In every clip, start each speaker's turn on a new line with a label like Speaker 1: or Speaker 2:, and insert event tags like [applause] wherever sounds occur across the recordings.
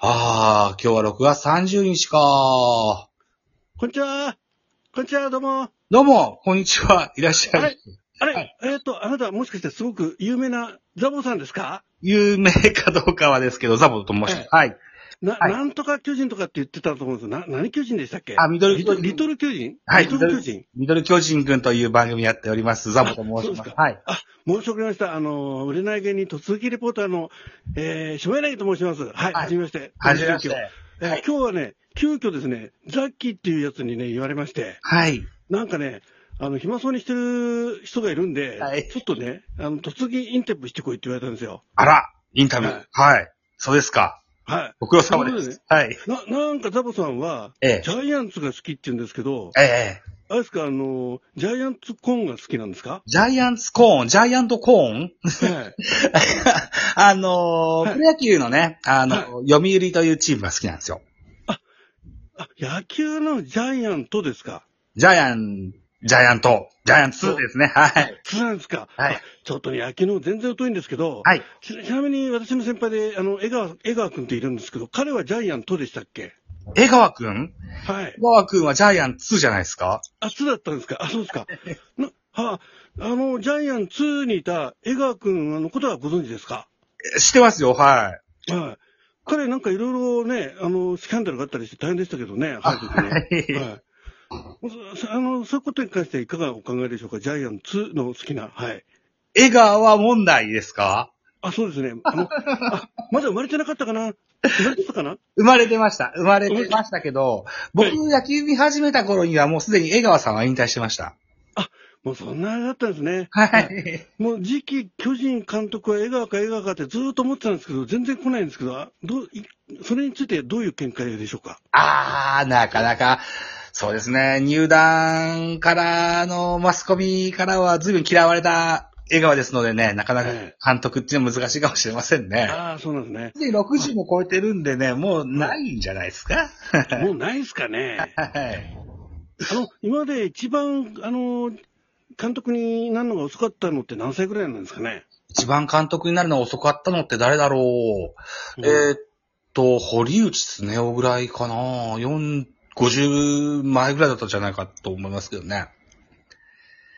Speaker 1: ああ、今日は6月30日か。
Speaker 2: こんにちは。こんにちは、どうも。
Speaker 1: どうも、こんにちは。 [laughs] いらっしゃい。
Speaker 2: はいあれ、
Speaker 1: はい
Speaker 2: えっ、と、あなたもしかしてすごく有名なザボさんですか
Speaker 1: 有名かどうかはですけど、ザボと申します。はい。
Speaker 2: な、
Speaker 1: はい
Speaker 2: なんとか巨人とかって言ってたと思うんですよ。な、何巨人でしたっけ
Speaker 1: あミドル
Speaker 2: リトリトル巨人
Speaker 1: はい
Speaker 2: リトル巨人
Speaker 1: ミドル巨人くんという番組やっております。ザボと申し
Speaker 2: あそう
Speaker 1: ま。
Speaker 2: ですす
Speaker 1: はい。
Speaker 2: 申し遅れました。あの、売れない芸人突撃レポーターの、えー、下柳と申します。はい、
Speaker 1: はい
Speaker 2: はじめまして。
Speaker 1: はじめまし
Speaker 2: 急遽
Speaker 1: て。
Speaker 2: えー
Speaker 1: はい
Speaker 2: 今日はね、急遽ですね、ザッキーっていうやつにね、言われまして、
Speaker 1: はい。
Speaker 2: なんかね、あの、暇そうにしてる人がいるんで、
Speaker 1: はい
Speaker 2: ちょっとね、あの、突撃インテップしてこいって言われたんですよ。
Speaker 1: あら、インタビュ
Speaker 2: は
Speaker 1: ー
Speaker 2: い。
Speaker 1: はい。そうですか。
Speaker 2: はい。
Speaker 1: ご苦労様で
Speaker 2: そうですす。
Speaker 1: はい。
Speaker 2: な、なんかザボさんは、
Speaker 1: ええ
Speaker 2: ジ。ャイアンツが好きって言うんですけど、
Speaker 1: ええ。
Speaker 2: あれですか、あの、ジャイアンツコーンが好きなんですか
Speaker 1: ジャイアンツコーン、ジャイアントコーン [laughs]
Speaker 2: はい。
Speaker 1: あの
Speaker 2: は
Speaker 1: ー、
Speaker 2: い
Speaker 1: プロ野球のね、あ
Speaker 2: は
Speaker 1: の、読売というチームが好きなんですよ。
Speaker 2: あ、野球のジャイアントですか
Speaker 1: ジャイアン、ジャイアント、ジャイアンツですね。はい。
Speaker 2: そうなんですか。
Speaker 1: はい
Speaker 2: あ。ちょっとね、野球の全然疎いんですけど、
Speaker 1: [laughs] はい。
Speaker 2: ちなちなみに私の先輩で、あの、江川、江川君っているんですけど、彼はジャイアントでしたっけ
Speaker 1: 江川くん
Speaker 2: はい
Speaker 1: 江。川くんはジャイアン2じゃないですか
Speaker 2: あ、2だったんですかあ、そうで
Speaker 1: [laughs]
Speaker 2: すか。な、は、あの、ジャイアン2にいた江川君のことはご存知ですか
Speaker 1: え知ってますよ、はい。
Speaker 2: はい。彼なんかいろいろね、あの、スキャンダルがあったりして大変でしたけどね、
Speaker 1: あ
Speaker 2: 早くね。
Speaker 1: はい
Speaker 2: はい。そあの、そういうことに関していかがお考えでしょうかジャイアンツの好きな。はい。
Speaker 1: 江川は問題ですか
Speaker 2: あ、そうですね。あの、あまだ生まれてなかったかな生まれてたかな
Speaker 1: 生まれてました。生まれてましたけど、僕野球見始めた頃にはもうすでに江川さんは引退してました。
Speaker 2: もうそんなあれだったんですね。
Speaker 1: はい。
Speaker 2: もう次期巨人監督は江川か江川かってずーっと思ってたんですけど、全然来ないんですけど、あどういそれについてどういう見解でしょうか
Speaker 1: あー、なかなか、そうですね、入団からのマスコミからは随分嫌われた江川ですのでね、なかなか
Speaker 2: ええ
Speaker 1: 監督っていうのは難しいかもしれませんね。
Speaker 2: ああ、そうなんですね。
Speaker 1: すでに60も超えてるんでね、もうないんじゃないですか
Speaker 2: もうないですかね。
Speaker 1: はい。
Speaker 2: あの、今まで一番、あの、監督になるのが遅かったのって何歳ぐらいなんですかね。
Speaker 1: 一番監督になるのが遅かったのって誰だろう、えーっと、堀内恒夫ぐらいかな4 50前ぐらいだったんじゃないかと思いますけどね。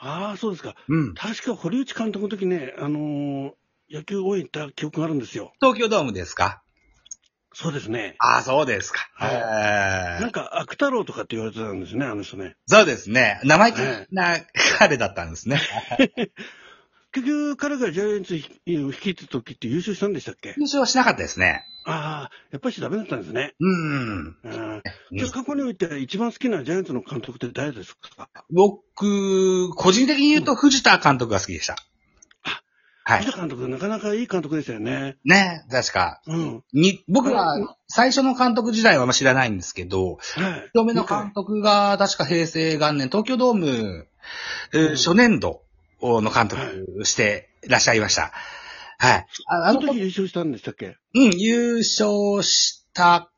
Speaker 2: ああ、そうですか。
Speaker 1: うん。
Speaker 2: 確か堀内監督の時ね、あのー野球応援行った記憶があるんですよ。
Speaker 1: 東京ドームですか
Speaker 2: そうですね。
Speaker 1: ああ、そうですか。
Speaker 2: はい
Speaker 1: え
Speaker 2: な
Speaker 1: ー
Speaker 2: んか、悪太郎とかって言われてたんですね、あの人ね。
Speaker 1: そうですね。生意気
Speaker 2: はい
Speaker 1: な彼だったんですね。
Speaker 2: 結局、彼がジャイアンツを率いてた時って優勝したんでしたっけ
Speaker 1: 優勝はしなかったですね。
Speaker 2: ああ、やっぱりダメだったんですね。
Speaker 1: うん。
Speaker 2: うんじゃあ、過去において一番好きなジャイアンツの監督って誰ですか
Speaker 1: 僕、個人的に言うと藤田監督が好きでした。はい
Speaker 2: 藤。田監督、なかなかいい監督でしたよね。
Speaker 1: ね、確か。
Speaker 2: うん。
Speaker 1: に、僕
Speaker 2: うん
Speaker 1: は最初の監督時代はあんま知らないんですけど、
Speaker 2: はい。
Speaker 1: 一目の監督が、確か平成元年、東京ドーム、えー
Speaker 2: うん
Speaker 1: 初年度の監督していらっしゃいました。はい。あ
Speaker 2: あ
Speaker 1: あ
Speaker 2: の
Speaker 1: の、
Speaker 2: 時
Speaker 1: うん、
Speaker 2: 優勝したんでしたっけ
Speaker 1: 優勝した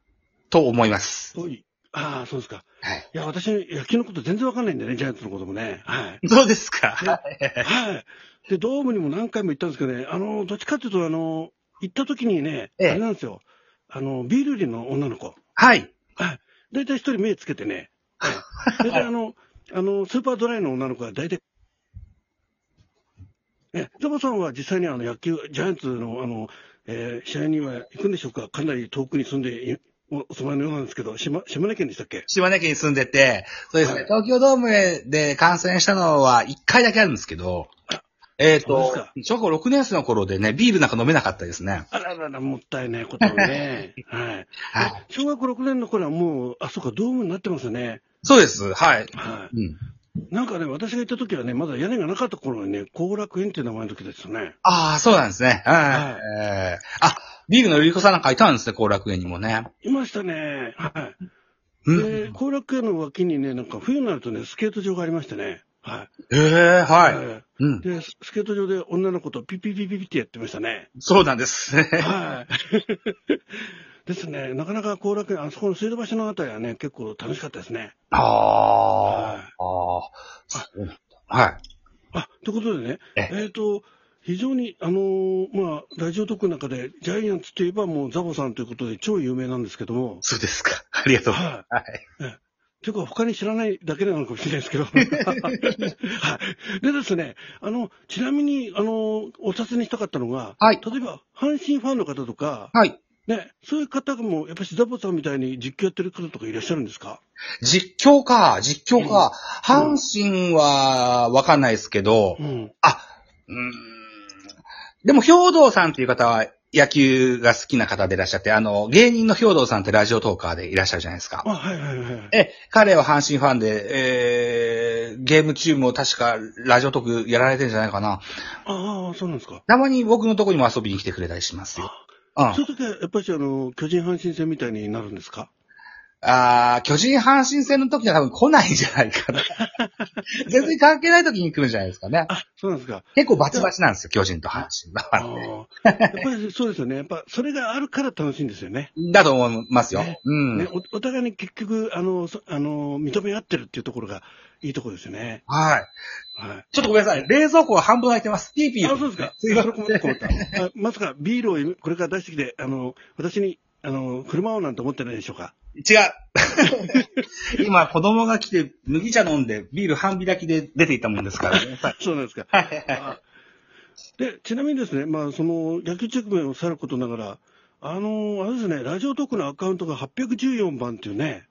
Speaker 1: と思います。
Speaker 2: おいああ、そうですか。
Speaker 1: はい。 [laughs]
Speaker 2: いや、私、野球のこと全然わかんないんでね、ジャイアンツのこともね。はい。
Speaker 1: どうですか
Speaker 2: ねはい。で、ドームにも何回も行ったんですけどね、あの、どっちかっていうと、あの、行った時にね、
Speaker 1: ええ
Speaker 2: あれなんですよ。あの、ビール売りの女の子。
Speaker 1: はい。
Speaker 2: [laughs] 大体一人目つけてね。はい大体あの、あの、スーパードライの女の子は大体、え、ザボさんは実際にあの野球、ジャイアンツのあの、えー試合には行くんでしょうかかなり遠くに住んでいおお住まいのようなんですけど、島島根県でしたっけ
Speaker 1: 島根県に住んでて、そうですね、
Speaker 2: はい
Speaker 1: 東京ドームで感染したのは1回だけあるんですけど、えっ、
Speaker 2: そう
Speaker 1: と
Speaker 2: ですか、
Speaker 1: 小学校6年生の頃でね、ビールなんか飲めなかったですね。
Speaker 2: あららら、もったいないことをね。はい。
Speaker 1: はい。
Speaker 2: 小学6年の頃はもう、あ、そうか、ドームになってますよね。
Speaker 1: そうです。はい。
Speaker 2: は
Speaker 1: うん。
Speaker 2: い。なんかね、私が行った時はね、まだ屋根がなかった頃にね、後楽園っていう名前の時ですよね。
Speaker 1: ああ、そうなんですね。はい。えーあ、ビールのゆりこさんなんかいたんですね、後楽園にもね。
Speaker 2: いましたね。は
Speaker 1: う
Speaker 2: い。
Speaker 1: ん。
Speaker 2: で、後楽園の脇にね、なんか冬になるとね、スケート場がありましてね。は
Speaker 1: ええは
Speaker 2: い。
Speaker 1: い。
Speaker 2: は
Speaker 1: うん
Speaker 2: い。。で、ススケート場で女の子とピピピピピってやってましたね。
Speaker 1: そうなんですね。
Speaker 2: はい。 [laughs] ですね、なかなか後楽園、あそこの水道橋のあたりはね、結構楽しかったですね。
Speaker 1: [laughs] ああ
Speaker 2: はい
Speaker 1: ー。ああー。そうなんだはい。
Speaker 2: あ、ということでね、
Speaker 1: え
Speaker 2: えっ、と、非常に、あのーまあ、ラジオ特の中で、ジャイアンツといえばもうザボさんということで超有名なんですけども、
Speaker 1: そうですか。ありがとうございます。
Speaker 2: はい。
Speaker 1: はい。
Speaker 2: というか、他に知らないだけなのかもしれないですけど。はい。でですね、あの、ちなみに、あの、お尋ねしたかったのが、
Speaker 1: はい
Speaker 2: 例えば、阪神ファンの方とか、
Speaker 1: はい。
Speaker 2: ね、そういう方も、やっぱりザボさんみたいに実況やってる方とかいらっしゃるんですか
Speaker 1: 実況か、実況か。阪神はわかんないですけど、
Speaker 2: うん。
Speaker 1: あ、うーん。でも、兵道さんという方は野球が好きな方でいらっしゃって、あの、芸人の兵道さんってラジオトーカーでいらっしゃるじゃないですか
Speaker 2: あ、。はいはいはいはい。
Speaker 1: え、彼は阪神ファンで、えー、ゲームチュームを確かラジオトークやられてるんじゃないかな。
Speaker 2: ああ、そうなんですか。
Speaker 1: たまに僕のとこにも遊びに来てくれたりしますよ。うん。
Speaker 2: そういう時は、やっぱり、あの、巨人阪神戦みたいになるんですか
Speaker 1: あー巨人阪神戦の時には多分来ないんじゃないか
Speaker 2: [laughs]
Speaker 1: な。全然関係ない時に来るんじゃないですかね。
Speaker 2: あ、そうなんですか。
Speaker 1: 結構バチバチなんですよ、巨人と阪神
Speaker 2: あ
Speaker 1: は。
Speaker 2: あ。やっぱりそうですよね。やっぱ、それがあるから楽しいんですよね。
Speaker 1: だと思いますよ。うん。
Speaker 2: ね、おお互いに結局あのそあの、認め合ってるっていうところがいいところですよね。
Speaker 1: はい。
Speaker 2: はい、
Speaker 1: ちょっとごめんなさい。冷蔵庫が半分開いてます。ピーピー。
Speaker 2: あそうですか。
Speaker 1: [laughs] すいません。
Speaker 2: それ困った困ったあまさかビールをこれから出してきて、あの私にあの車をなんて思ってないでしょうか。 [laughs]
Speaker 1: 違う。 [laughs] 今、子供が来て、麦茶飲んで、ビール半開きで出ていったもんですから、ね。
Speaker 2: そうなんですか。
Speaker 1: はいはいはい
Speaker 2: あでちなみにですね、まあ、その野球局面をさることながら、あのあれですね、ラジオトークのアカウントが814番っていうね、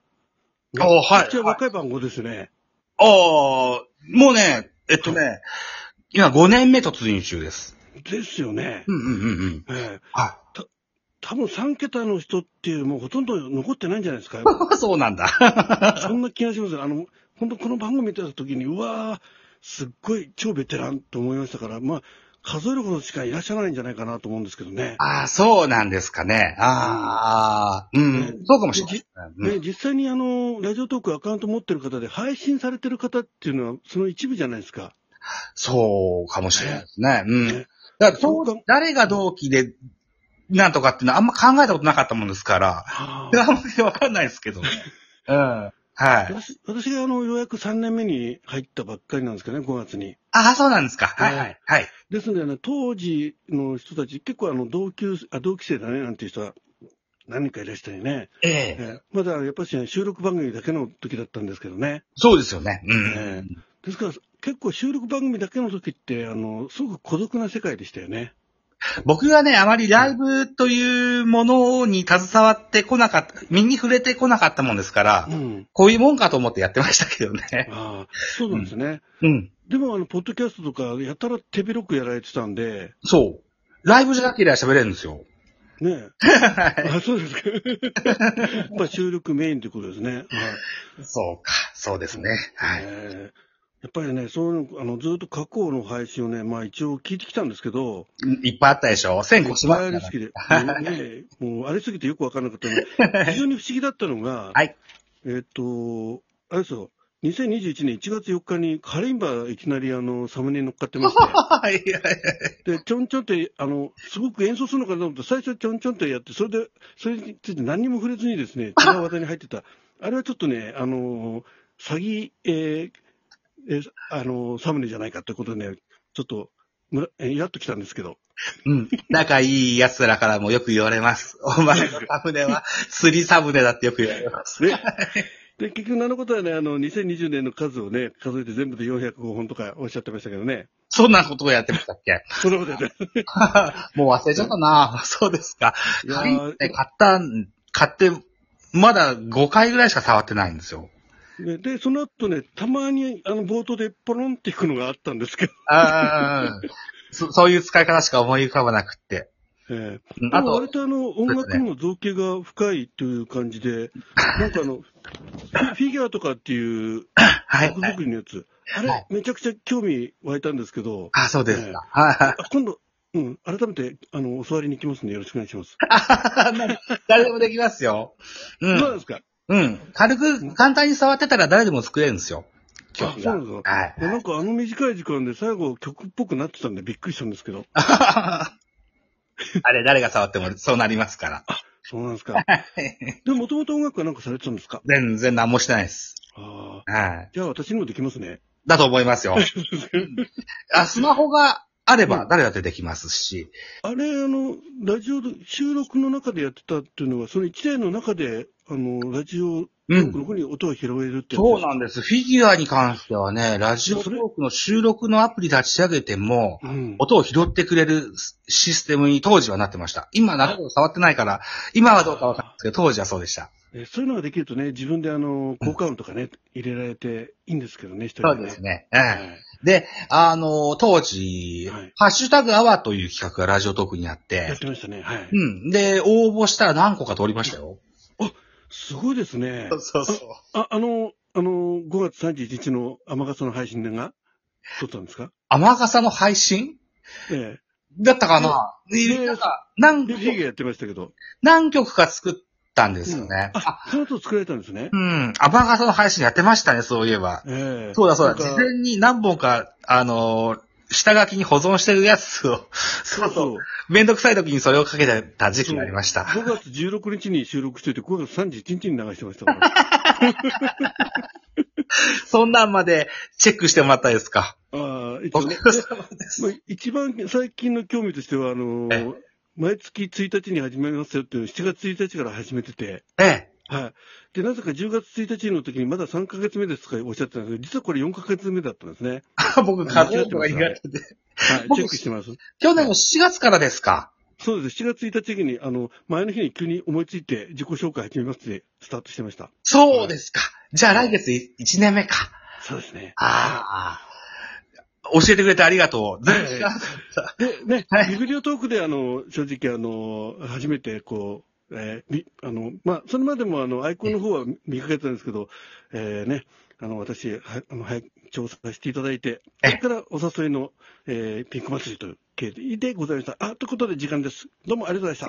Speaker 1: おーはい
Speaker 2: めっちゃ若い番号ですね。
Speaker 1: ああ、もうね、えっとね、今5年目突入中です。
Speaker 2: ですよね。
Speaker 1: うんうんうんうん。
Speaker 2: ええ
Speaker 1: あ、
Speaker 2: 多分3桁の人っていう、もうほとんど残ってないんじゃないですか。
Speaker 1: [laughs] そうなんだ。
Speaker 2: [laughs] そんな気がします。あの、本当この番組見てた時に、うわー、すっごい超ベテランと思いましたから、まあ、数えるほどしかいらっしゃらないんじゃないかなと思うんですけどね。
Speaker 1: ああ、そうなんですかね。ああ、うん。そうかもしれない。うん
Speaker 2: ね、実際にあの、ラジオトークアカウント持ってる方で、配信されてる方っていうのは、その一部じゃないですか。
Speaker 1: そうかもしれないですね。うん
Speaker 2: ね。
Speaker 1: だから、そう、誰が同期で、なんとかっていうのはあんま考えたことなかったもんですから、
Speaker 2: あ
Speaker 1: あんまりわかんないですけどね。 [laughs] うん。はい。
Speaker 2: [laughs] 私私があの、ようやく3年目に入ったばっかりなんですけどね、5月に。
Speaker 1: ああ、そうなんですか。はいはい。はい。
Speaker 2: ですので、ね、当時の人たち、結構あの同級あ同期生だねなんていう人は何人かいらしたりね、
Speaker 1: え
Speaker 2: え
Speaker 1: え。
Speaker 2: えまだやっぱり収録番組だけの時だったんですけどね、
Speaker 1: そうですよね。う
Speaker 2: え
Speaker 1: ん。
Speaker 2: えですから結構収録番組だけの時ってあの、すごく孤独な世界でしたよね。
Speaker 1: 僕がね、あまりライブというものに携わってこなかった、身に触れてこなかったもんですから
Speaker 2: う、ん、
Speaker 1: こういうもんかと思ってやってましたけどね。
Speaker 2: ああそうなんですね。
Speaker 1: うん。
Speaker 2: でもあの、ポッドキャストとか、やたら手広くやられてたんで、
Speaker 1: そう。ライブじゃなければ喋れるんですよ。
Speaker 2: ねえ、あそうですか。 [laughs] やっぱ収録メインということですね。はい
Speaker 1: そうか。そうですね。はい。
Speaker 2: えーやっぱりね、そういうの、あの、ずっと過去の配信をね、まあ一応聞いてきたんですけど、
Speaker 1: いっぱいあったでしょ千個しま
Speaker 2: いっぱいあり
Speaker 1: す
Speaker 2: す
Speaker 1: か
Speaker 2: ぎて、もう
Speaker 1: [laughs]
Speaker 2: ね、もうありすぎてよくわからなかったので、非常に不思議だったのが、
Speaker 1: はい
Speaker 2: えっ、と、あれですよ、2021年1月4日にカリンバいきなりあの、サムネに乗っかってまし
Speaker 1: ら。はいはいはい。
Speaker 2: て、
Speaker 1: [laughs]
Speaker 2: で、ちょんちょんって、あの、すごく演奏するのかなと思って、最初ちょんちょんってやって、それで、それについて何にも触れずにです
Speaker 1: [laughs]
Speaker 2: ね、違う話題に入ってた。あれはちょっとね、あの、詐欺、えーえーあの、サムネじゃないかということでね、ちょっと、むらえーイラっときたんですけど、
Speaker 1: うん。仲いい奴らからもよく言われます。お前のサムネは釣りサムネだってよく言われます。
Speaker 2: ね。で、結局、なのことはね、あの、2020年の数をね、数えて全部で405本とかおっしゃってましたけ
Speaker 1: [laughs]
Speaker 2: どね。
Speaker 1: そんなことをやってましたっけ
Speaker 2: そんなことやって
Speaker 1: [laughs] もう忘れちゃったなそうですか。
Speaker 2: いや
Speaker 1: カリンっ
Speaker 2: ー
Speaker 1: て買った、買って、まだ5回ぐらいしか触ってないんですよ。
Speaker 2: で、でその後ね、たまに、あの、冒頭でポロンっていくのがあったんですけど。 [laughs]
Speaker 1: あーそそういう使い方しか思い浮かばなくって。
Speaker 2: ええ
Speaker 1: うん
Speaker 2: で
Speaker 1: あ
Speaker 2: も
Speaker 1: と
Speaker 2: 割、とあの、音楽にも造形が深いという感じで、なんかあの、フィフィギュアとかっていう
Speaker 1: はい
Speaker 2: 曲。作りのやつ、あ
Speaker 1: は
Speaker 2: れ
Speaker 1: い、
Speaker 2: めちゃくちゃ興味湧いたんですけど、
Speaker 1: あ、そうですか。はいはい
Speaker 2: あ今度、うん、改めて、あの、お座りに行きますんでよろしくお願いします。
Speaker 1: あな誰でもできますよ。う
Speaker 2: どうなん
Speaker 1: ん。
Speaker 2: ですか
Speaker 1: うん。軽く、簡単に触ってたら誰でも作れるんですよ。
Speaker 2: あ、そうなんですか
Speaker 1: はい。 [laughs]
Speaker 2: いやなんかあの短い時間で最後曲っぽくなってたんでびっくりしたんですけど。
Speaker 1: あれ、誰が触ってもそうなりますから。
Speaker 2: そうなんですか。でもともと音楽はなんかされてたんですか
Speaker 1: 全然何もしてないです。
Speaker 2: ああ。
Speaker 1: はい。 [laughs]
Speaker 2: じゃあ私にもできますね。
Speaker 1: だと思いますよ。あ、スマホがあれば誰だってできますし、
Speaker 2: あれ、あの、ラジオで、収録の中でやってたっていうのは、その一台の中で、あの、ラジオ
Speaker 1: うん。
Speaker 2: の方に音が拾えるってやつ
Speaker 1: そうなんです。フィギュアに関してはね、ラジオトークの収録のアプリ立ち上げても、
Speaker 2: うん。
Speaker 1: 音を拾ってくれるシステムに当時はなってました。今なるほど触ってないから、今はどうかわかんないですけど、当時はそうでした。
Speaker 2: えそういうのができるとね、自分であの、効果音とかね、入れられていいんですけどね、一人
Speaker 1: そう
Speaker 2: でね。
Speaker 1: ですね。ええ
Speaker 2: はい
Speaker 1: で、あの、当時、
Speaker 2: はい
Speaker 1: ハッシュタグアワーという企画がラジオトークにあっ、
Speaker 2: やっててましたね。はい。
Speaker 1: うん。で、応募したら何個か通りましたよ。
Speaker 2: すごいですね。
Speaker 1: そうそう。
Speaker 2: あ、あの、あの、5月31日の天笠の配信が、撮ったんですか
Speaker 1: 甘笠の配信
Speaker 2: え
Speaker 1: だったかな、
Speaker 2: ん
Speaker 1: なんか
Speaker 2: え。
Speaker 1: 何
Speaker 2: で、フィギュアやってましたけど。
Speaker 1: 何曲か作ったんですよね。
Speaker 2: うんあ、その後作られたんですね
Speaker 1: う。ん。アバンガスの配信やってましたね、そういえば。
Speaker 2: ええ。
Speaker 1: そうだそうだ。
Speaker 2: なん
Speaker 1: 事
Speaker 2: か
Speaker 1: 前に何本か、あのー下書きに保存してるやつを、そう [laughs]
Speaker 2: そ
Speaker 1: そうう。めんどくさい時にそれをかけてた時期がありました。
Speaker 2: 5月16日に収録してて、5月31日に流してまし
Speaker 1: [laughs]
Speaker 2: たから。
Speaker 1: そんなんまでチェックしてもらったですか。
Speaker 2: ああ、一
Speaker 1: お
Speaker 2: 応
Speaker 1: 疲
Speaker 2: ね
Speaker 1: れ。様です。
Speaker 2: まあ一番最近の興味としては、あの
Speaker 1: え
Speaker 2: 毎月1日に始めますよっていうのを7月1日から始めてて、
Speaker 1: [laughs] ええ。 [laughs]
Speaker 2: はい。で、なぜか10月1日の時にまだ3ヶ月目ですとかおっしゃってたんですけど、実はこれ4ヶ月目だったんですね。
Speaker 1: 僕、数えるのが苦手で。
Speaker 2: はい。
Speaker 1: 僕
Speaker 2: チェックしてます。
Speaker 1: 去年の7月からですか。
Speaker 2: そうです。7月1日に、あの、前の日に急に思いついて自己紹介始めますってスタートしてました。
Speaker 1: そうですか。じゃあ来月1年目か。
Speaker 2: そうですね。
Speaker 1: ああ。教えてくれてありがとう。全然知らなかった
Speaker 2: で、ね
Speaker 1: [laughs] は、い
Speaker 2: ビブリオトークで、あの、正直、あの、初めて、こう、えーみあの、まあ、それまでも、あの、アイコンの方は見かけてたんですけど、えーね、あの、私、はあの、はい、調査していただいて、そ
Speaker 1: ええ
Speaker 2: れからお誘いの、えーピンク祭りという経緯でございました。あ、ということで時間です。どうもありがとうございました。